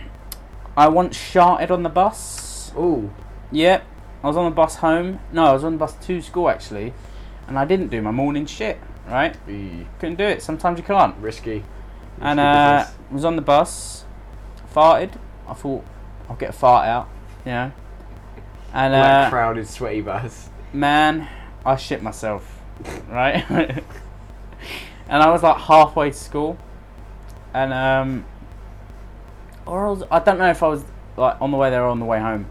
S3: I once sharted on the bus.
S2: Ooh,
S3: Yep. I was on the bus home. No, I was on the bus to school actually, and I didn't do my morning shit. Right?
S2: eee,
S3: Couldn't do it. Sometimes you can't.
S2: risky.
S3: And
S2: Risky
S3: uh,
S2: business.
S3: was on the bus, farted. I thought I'll get a fart out, you know. And
S2: On that
S3: uh,
S2: crowded, sweaty bus.
S3: man, I shit myself, right? and I was like halfway to school, and um, or I, was, I don't know if I was like on the way there or on the way home,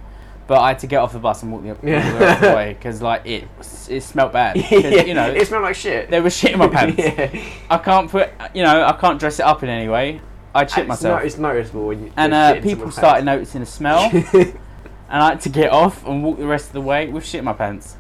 S3: but I had to get off the bus and walk the,
S2: Yeah.
S3: walk the rest of the way because like it it smelt bad. 'Cause, You know,
S2: it smelled like shit.
S3: there was shit in my pants.
S2: yeah.
S3: I can't put you know I can't dress it up in any way. I shit
S2: It's
S3: myself.
S2: no- it's noticeable when you
S3: and
S2: you
S3: uh,
S2: shit in
S3: people
S2: someone's
S3: started
S2: pants.
S3: noticing the smell, and I had to get off and walk the rest of the way with shit in my pants.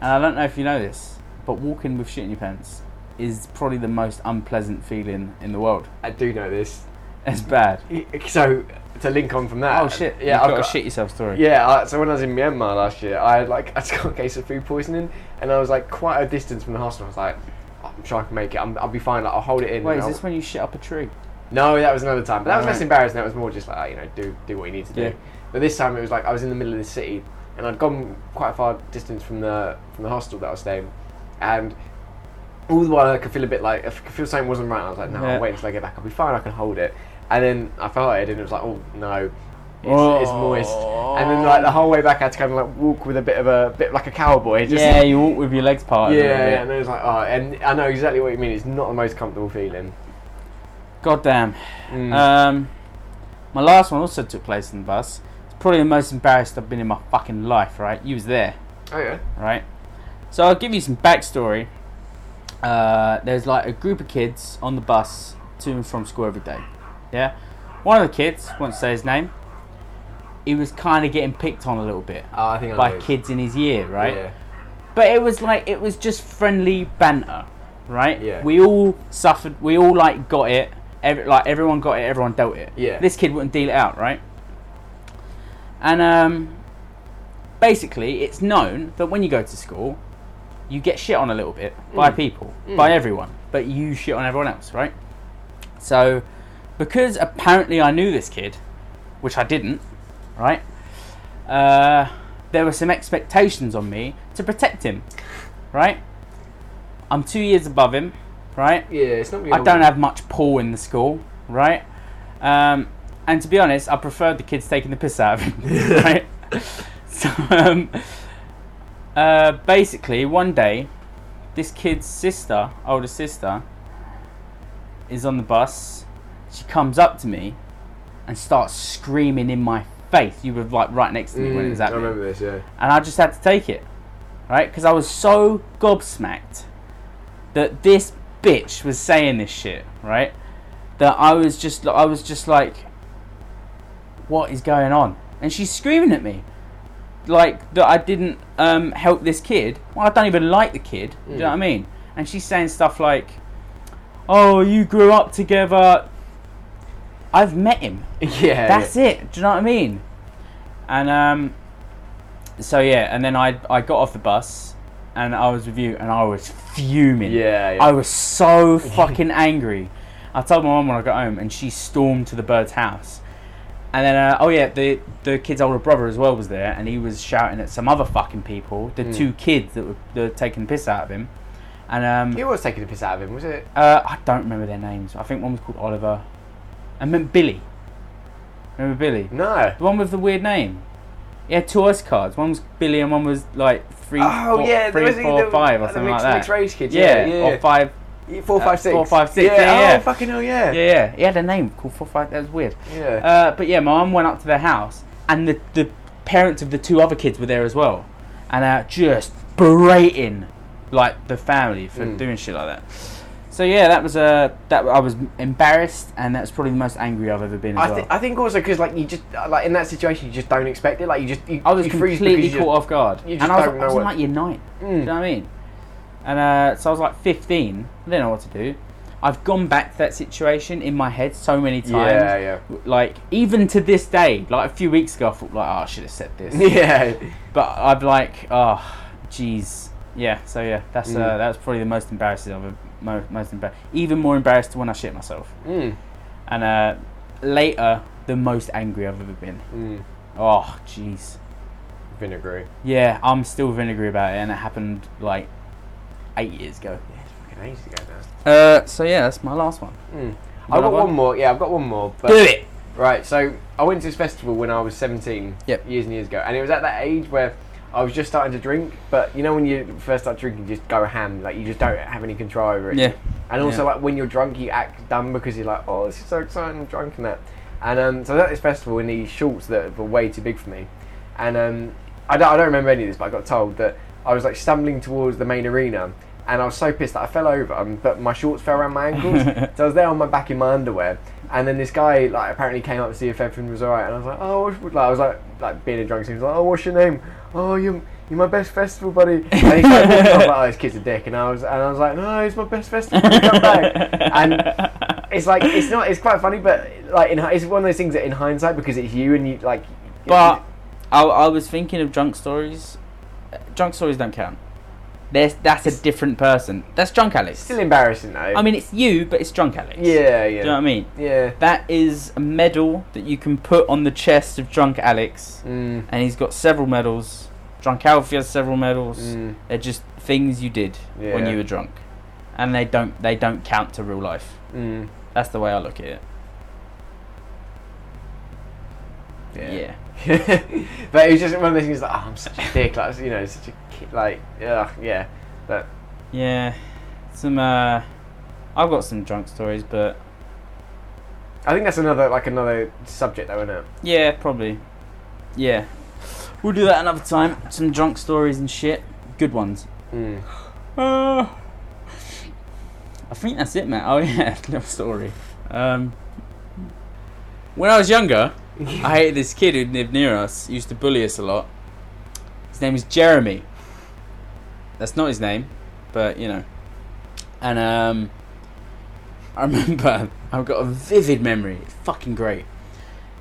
S3: And I don't know if you know this, but walking with shit in your pants is probably the most unpleasant feeling in the world.
S2: I do know this.
S3: It's bad.
S2: So to link on from that.
S3: Oh shit!
S2: Yeah,
S3: Yeah,
S2: I've
S3: I've got,
S2: got-
S3: a shit yourself story.
S2: Yeah, I, so when I was in Myanmar last year, I had like I got a case of food poisoning, and I was like quite a distance from the hospital. I was like, I'm sure I can make it. I'm, I'll be fine. Like, I'll hold it in.
S3: Wait,
S2: and
S3: is
S2: I'll-
S3: this when you shit up a tree?
S2: No, that was another time. But that was less
S3: Alright.
S2: embarrassing. That was more just like ah, you know, do do what you need to do.
S3: Yeah.
S2: But this time it was like I was in the middle of the city, and I'd gone quite a far distance from the from the hostel that I was staying, and all the while I could feel a bit like I could feel something wasn't right. I was like, no,
S3: Yeah.
S2: I'll wait until I get back. I'll be fine. I can hold it. And then I felt it, and it was like, oh no. It's, it's moist, and then like the whole way back, I had to kind of like walk with a bit of a bit like a cowboy. Just,
S3: yeah, you walk with your legs
S2: yeah,
S3: parted. a little bit.
S2: yeah. And it was like, oh, and I know exactly what you mean. It's not the most comfortable feeling.
S3: God damn.
S2: Mm.
S3: Um, my last one also took place in the bus. It's probably the most embarrassed I've been in my fucking life. Right? You was there.
S2: oh yeah.
S3: right? So I'll give you some backstory. Uh, there's like a group of kids on the bus to and from school every day. Yeah, one of the kids, won't say his name. He was kind of getting picked on a little bit
S2: Oh, I think I
S3: by
S2: know.
S3: kids in his year, right?
S2: Yeah.
S3: But it was like it was just friendly banter, right?
S2: Yeah.
S3: We all suffered. We all like got it. Every, like everyone got it. Everyone dealt it.
S2: Yeah.
S3: This kid wouldn't deal it out, right? And um, basically, it's known that when you go to school, you get shit on a little bit by people, by everyone, but you shit on everyone else, right? So, because apparently I knew this kid, which I didn't, right? Uh, there were some expectations on me to protect him, right? I'm two years above him, right?
S2: Yeah, it's not. Really
S3: I don't have much pull in the school, right? Um, and to be honest, I preferred the kids taking the piss out of him, right? so, um, uh, basically, one day, this kid's sister, older sister, is on the bus. She comes up to me and starts screaming in my face. You were like right next to me when it was
S2: Mm. I
S3: happening
S2: remember this. Yeah.
S3: and I just had to take it, right? Because I was so gobsmacked that this bitch was saying this shit, right? That I was just, I was just like, what is going on? And she's screaming at me, like that I didn't um, help this kid. Well, I don't even like the kid. Do you know what I mean? And she's saying stuff like, "Oh, you grew up together." I've met him.
S2: Yeah.
S3: That's it. Do you know what I mean? And um, so yeah, and then I I got off the bus and I was with you, and I was fuming.
S2: Yeah, yeah.
S3: I was so fucking angry. I told my mum when I got home, and she stormed to the bird's house. And then, uh, oh yeah, the the kid's older brother as well was there, and he was shouting at some other fucking people,
S2: Hmm.
S3: the two kids that were, that were taking the piss out of him. And um,
S2: Who was taking the piss out of him? Was it?
S3: uh, I don't remember their names. I think one was called Oliver. And then Billy. Remember Billy?
S2: No.
S3: The one with the weird name. He had two ice cards. One was Billy and one was like three,
S2: Oh,
S3: four-
S2: yeah,
S3: three,
S2: there was the-
S3: four,
S2: the-
S3: five
S2: the
S3: or something
S2: mixed-
S3: like
S2: mixed
S3: that.
S2: race kids, yeah, yeah,
S3: Or
S2: yeah.
S3: five.
S2: Four, five, six.
S3: four, five, six,
S2: Yeah.
S3: yeah,
S2: oh,
S3: yeah.
S2: fucking hell, yeah.
S3: Yeah, yeah. He had a name called four five. That was weird.
S2: Yeah.
S3: Uh, but yeah, my mum went up to their house, and the, the parents of the two other kids were there as well, and uh, just berating like the family for
S2: Mm.
S3: doing shit like that. So yeah, that was uh, that I was embarrassed, and that's probably the most angry I've ever been. As
S2: I,
S3: well.
S2: th- I think also because like you just uh, like in that situation you just don't expect it like you just you,
S3: I was
S2: you freeze
S3: completely
S2: because you
S3: caught off guard.
S2: you just
S3: and I was,
S2: don't
S3: like, I was
S2: know
S3: in
S2: what-
S3: like year nine. Do you
S2: Mm.
S3: know what I mean? And uh, so I was like 15. I didn't know what to do. I've gone back to that situation in my head so many
S2: just,
S3: times.
S2: yeah
S3: Like even to this day, like a few weeks ago, I thought like, oh, I should have said
S2: yeah
S3: this.
S2: yeah
S3: but I've like, oh, jeez, yeah. So yeah, that's uh,
S2: Mm.
S3: that's probably the most embarrassing of mo- most embar- even more embarrassed when I shit myself.
S2: mm,
S3: And uh, later, the most angry I've ever been.
S2: mm.
S3: Oh, jeez.
S2: vinegary
S3: Yeah, I'm still vinegary about it, and it happened like eight years ago.
S2: yeah it's fucking ages ago now
S3: Uh, so yeah, that's my last one.
S2: mm. I've
S3: got
S2: got
S3: one?
S2: one more yeah I've got one more but
S3: Do it.
S2: Right, so I went to this festival when I was 17
S3: Yep.
S2: years and years ago, and it was at that age where I was just starting to drink, but you know when you first start drinking, you just go ham, like you just don't have any control over it.
S3: Yeah.
S2: And also,
S3: Yeah.
S2: like when you're drunk, you act dumb because you're like, oh, this is so exciting, I'm drunk and that. And um, so I was at this festival in these shorts that were way too big for me, and um, I, don't, I don't remember any of this, but I got told that I was like stumbling towards the main arena. And I was so pissed that I fell over, um, but my shorts fell around my ankles. So I was there on my back in my underwear, and then this guy like apparently came up to see if everything was alright, and I was like, oh, what's, like, I was like like being a drunk, so he was like, oh, what's your name? Oh, you you're my best festival buddy. And he's like, I was like, oh, this kid's a dick, and I was and I was like, no, he's my best festival. buddy, Come back. And it's like it's not it's quite funny, but like in, hi- it's one of those things that in hindsight because it's you and you like.
S3: But I, I was thinking of drunk stories. Uh, Drunk stories don't count. There's, that's a different person. That's drunk Alex.
S2: it's still embarrassing though.
S3: I mean, it's you, but it's drunk Alex.
S2: yeah, yeah.
S3: Do you know what I mean?
S2: Yeah.
S3: That is a medal that you can put on the chest of drunk Alex,
S2: Mm,
S3: and he's got several medals. Drunk Alfie has several medals.
S2: mm.
S3: They're just things you did when
S2: Yeah.
S3: you were drunk, and they don't they don't count to real life.
S2: Mm.
S3: That's the way I look at it. Yeah.
S2: but it was just one of those things like, oh, I'm such a dick, like you know, such a kid, like, ugh, yeah. But
S3: Yeah. Some uh I've got some drunk stories, but
S2: I think that's another like another subject though, isn't it?
S3: yeah, probably. Yeah. We'll do that another time. Some drunk stories and shit. Good ones.
S2: Mm.
S3: Uh, I think that's it, Matt. Oh yeah, another story. Um When I was younger, I hated this kid who lived near us. He used to bully us a lot. His name was Jeremy. That's not his name, but you know. And um, I remember I've got a vivid memory. It's fucking great.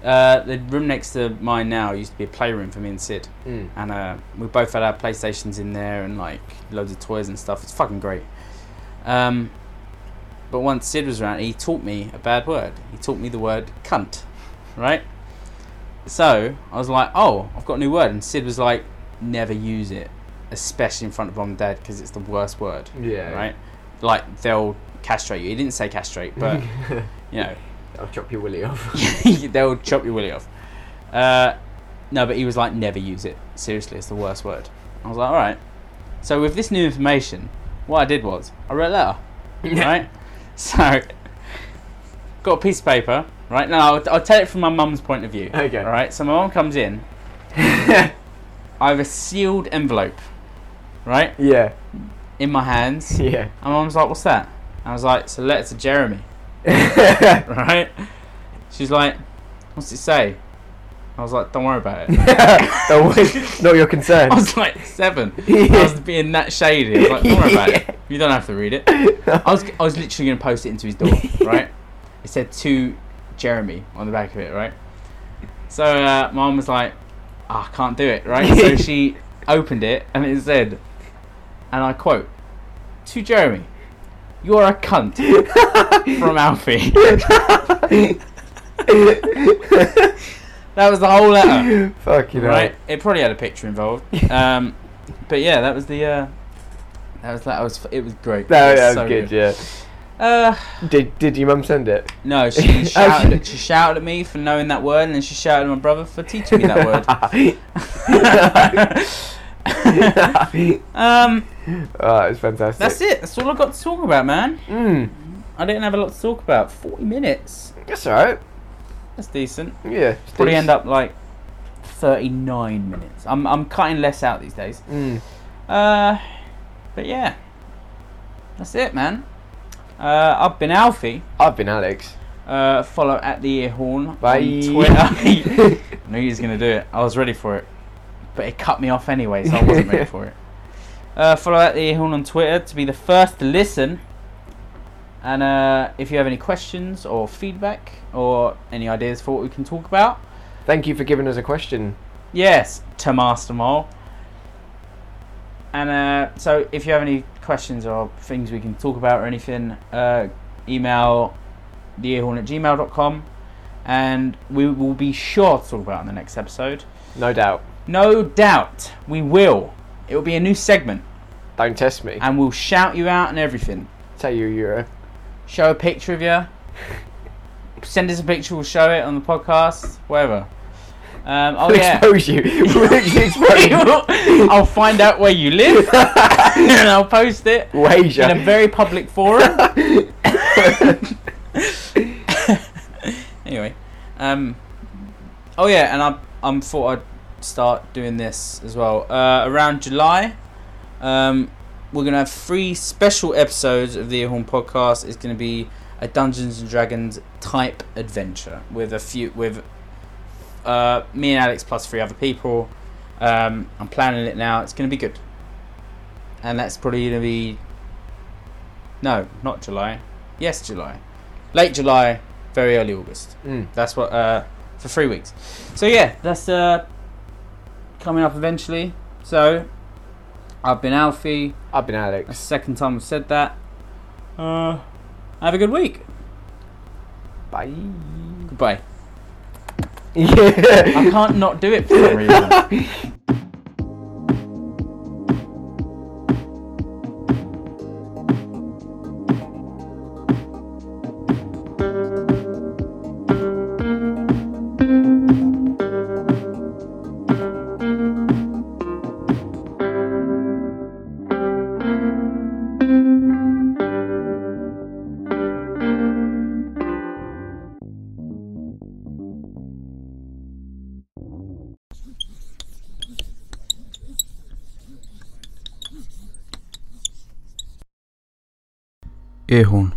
S3: Uh, the room next to mine now used to be a playroom for me and Sid,
S2: Mm.
S3: and uh, we both had our playstations in there and like loads of toys and stuff. It's fucking great. Um, but once Sid was around, he taught me a bad word. He taught me the word cunt, right? So I was like, oh, I've got a new word. And Sid was like, never use it, especially in front of mom and dad, because it's the worst word,
S2: Yeah.
S3: right? Like, they'll castrate you. He didn't say castrate, but, you know,
S2: I'll chop your willy off.
S3: they'll chop your willy off. Uh, no, but he was like, never use it. Seriously, it's the worst word. I was like, all right. So with this new information, what I did was I wrote a letter, right? So got a piece of paper, right? Now I'll, I'll tell it from my mum's point of view.
S2: Okay.
S3: All right. So my mum comes in. I have a sealed envelope, right,
S2: Yeah.
S3: in my hands. And
S2: Yeah.
S3: my mum's like, "What's that?" I was like, "It's a letter to Jeremy." right? She's like, what's it say? I was like, don't worry about it.
S2: that was not your concern.
S3: I was like, seven. I
S2: Yeah.
S3: was being that shady. I was like, don't worry about it. You don't have to read it. I was, I was literally going to post it into his door, right? It said to Jeremy on the back of it, right? So uh, mom was like, "Ah, I can't do it, right? So she opened it and it said, and I quote to Jeremy, "You're a cunt." from Alfie. that was the whole letter,
S2: Fuck you know.
S3: right? It probably had a picture involved. Um, but yeah, that was the. Uh, that was that was it was great.
S2: No,
S3: It
S2: that was
S3: so
S2: good, yeah.
S3: Uh,
S2: Did did your mum send it?
S3: no, she shouted. she shouted at me for knowing that word, and then she shouted at my brother for teaching me that word. um,
S2: oh, it's fantastic.
S3: that's it. That's all I got to talk about, man.
S2: Mm,
S3: I didn't have a lot to talk about. Forty minutes.
S2: that's alright.
S3: That's decent.
S2: Yeah. it's
S3: Probably end
S2: decent.
S3: up like thirty-nine minutes. I'm I'm cutting less out these days.
S2: Mm.
S3: Uh, but yeah, that's it, man. Uh, I've been Alfie.
S2: I've been Alex.
S3: Uh, follow at the earhorn
S2: Bye.
S3: on Twitter. I knew he was gonna do it. I was ready for it, but it cut me off anyway, so I wasn't ready for it. Uh, follow at the earhorn on Twitter to be the first to listen. And uh, if you have any questions or feedback or any ideas for what we can talk about,
S2: Thank you for giving us a question.
S3: Yes, to Master Mole. And uh, so, if you have any questions or things we can talk about or anything, uh, email theearhorn at gmail.com and we will be sure to talk about it on the next episode.
S2: No doubt.
S3: No doubt we will. It will be a new segment
S2: Don't test me.
S3: and we'll shout you out and everything.
S2: Tell you you're a
S3: Show a picture of you. Send us a picture, we'll show it on the podcast, whatever. Um, oh,
S2: We'll
S3: yeah.
S2: expose you. We'll actually expose you.
S3: I'll find out where you live and I'll post it
S2: Wager.
S3: in a very public forum. anyway, um, oh yeah, and I I'm thought I'd start doing this as well. Uh, around July, um, we're gonna have three special episodes of the Earhorn podcast. It's gonna be a Dungeons and Dragons type adventure with a few with uh, me and Alex plus three other people. Um, I'm planning it now. It's gonna be good, and that's probably gonna be no, not July. Yes, July, late July, very early August.
S2: Mm.
S3: That's what uh, for three weeks. So yeah, that's uh, coming up eventually. So I've been Alfie.
S2: I've been
S3: That's the
S2: Alex.
S3: second time I've said that. Uh, have a good week.
S2: Bye.
S3: Goodbye.
S2: Yeah.
S3: I can't not do it for some reason. Earhorn.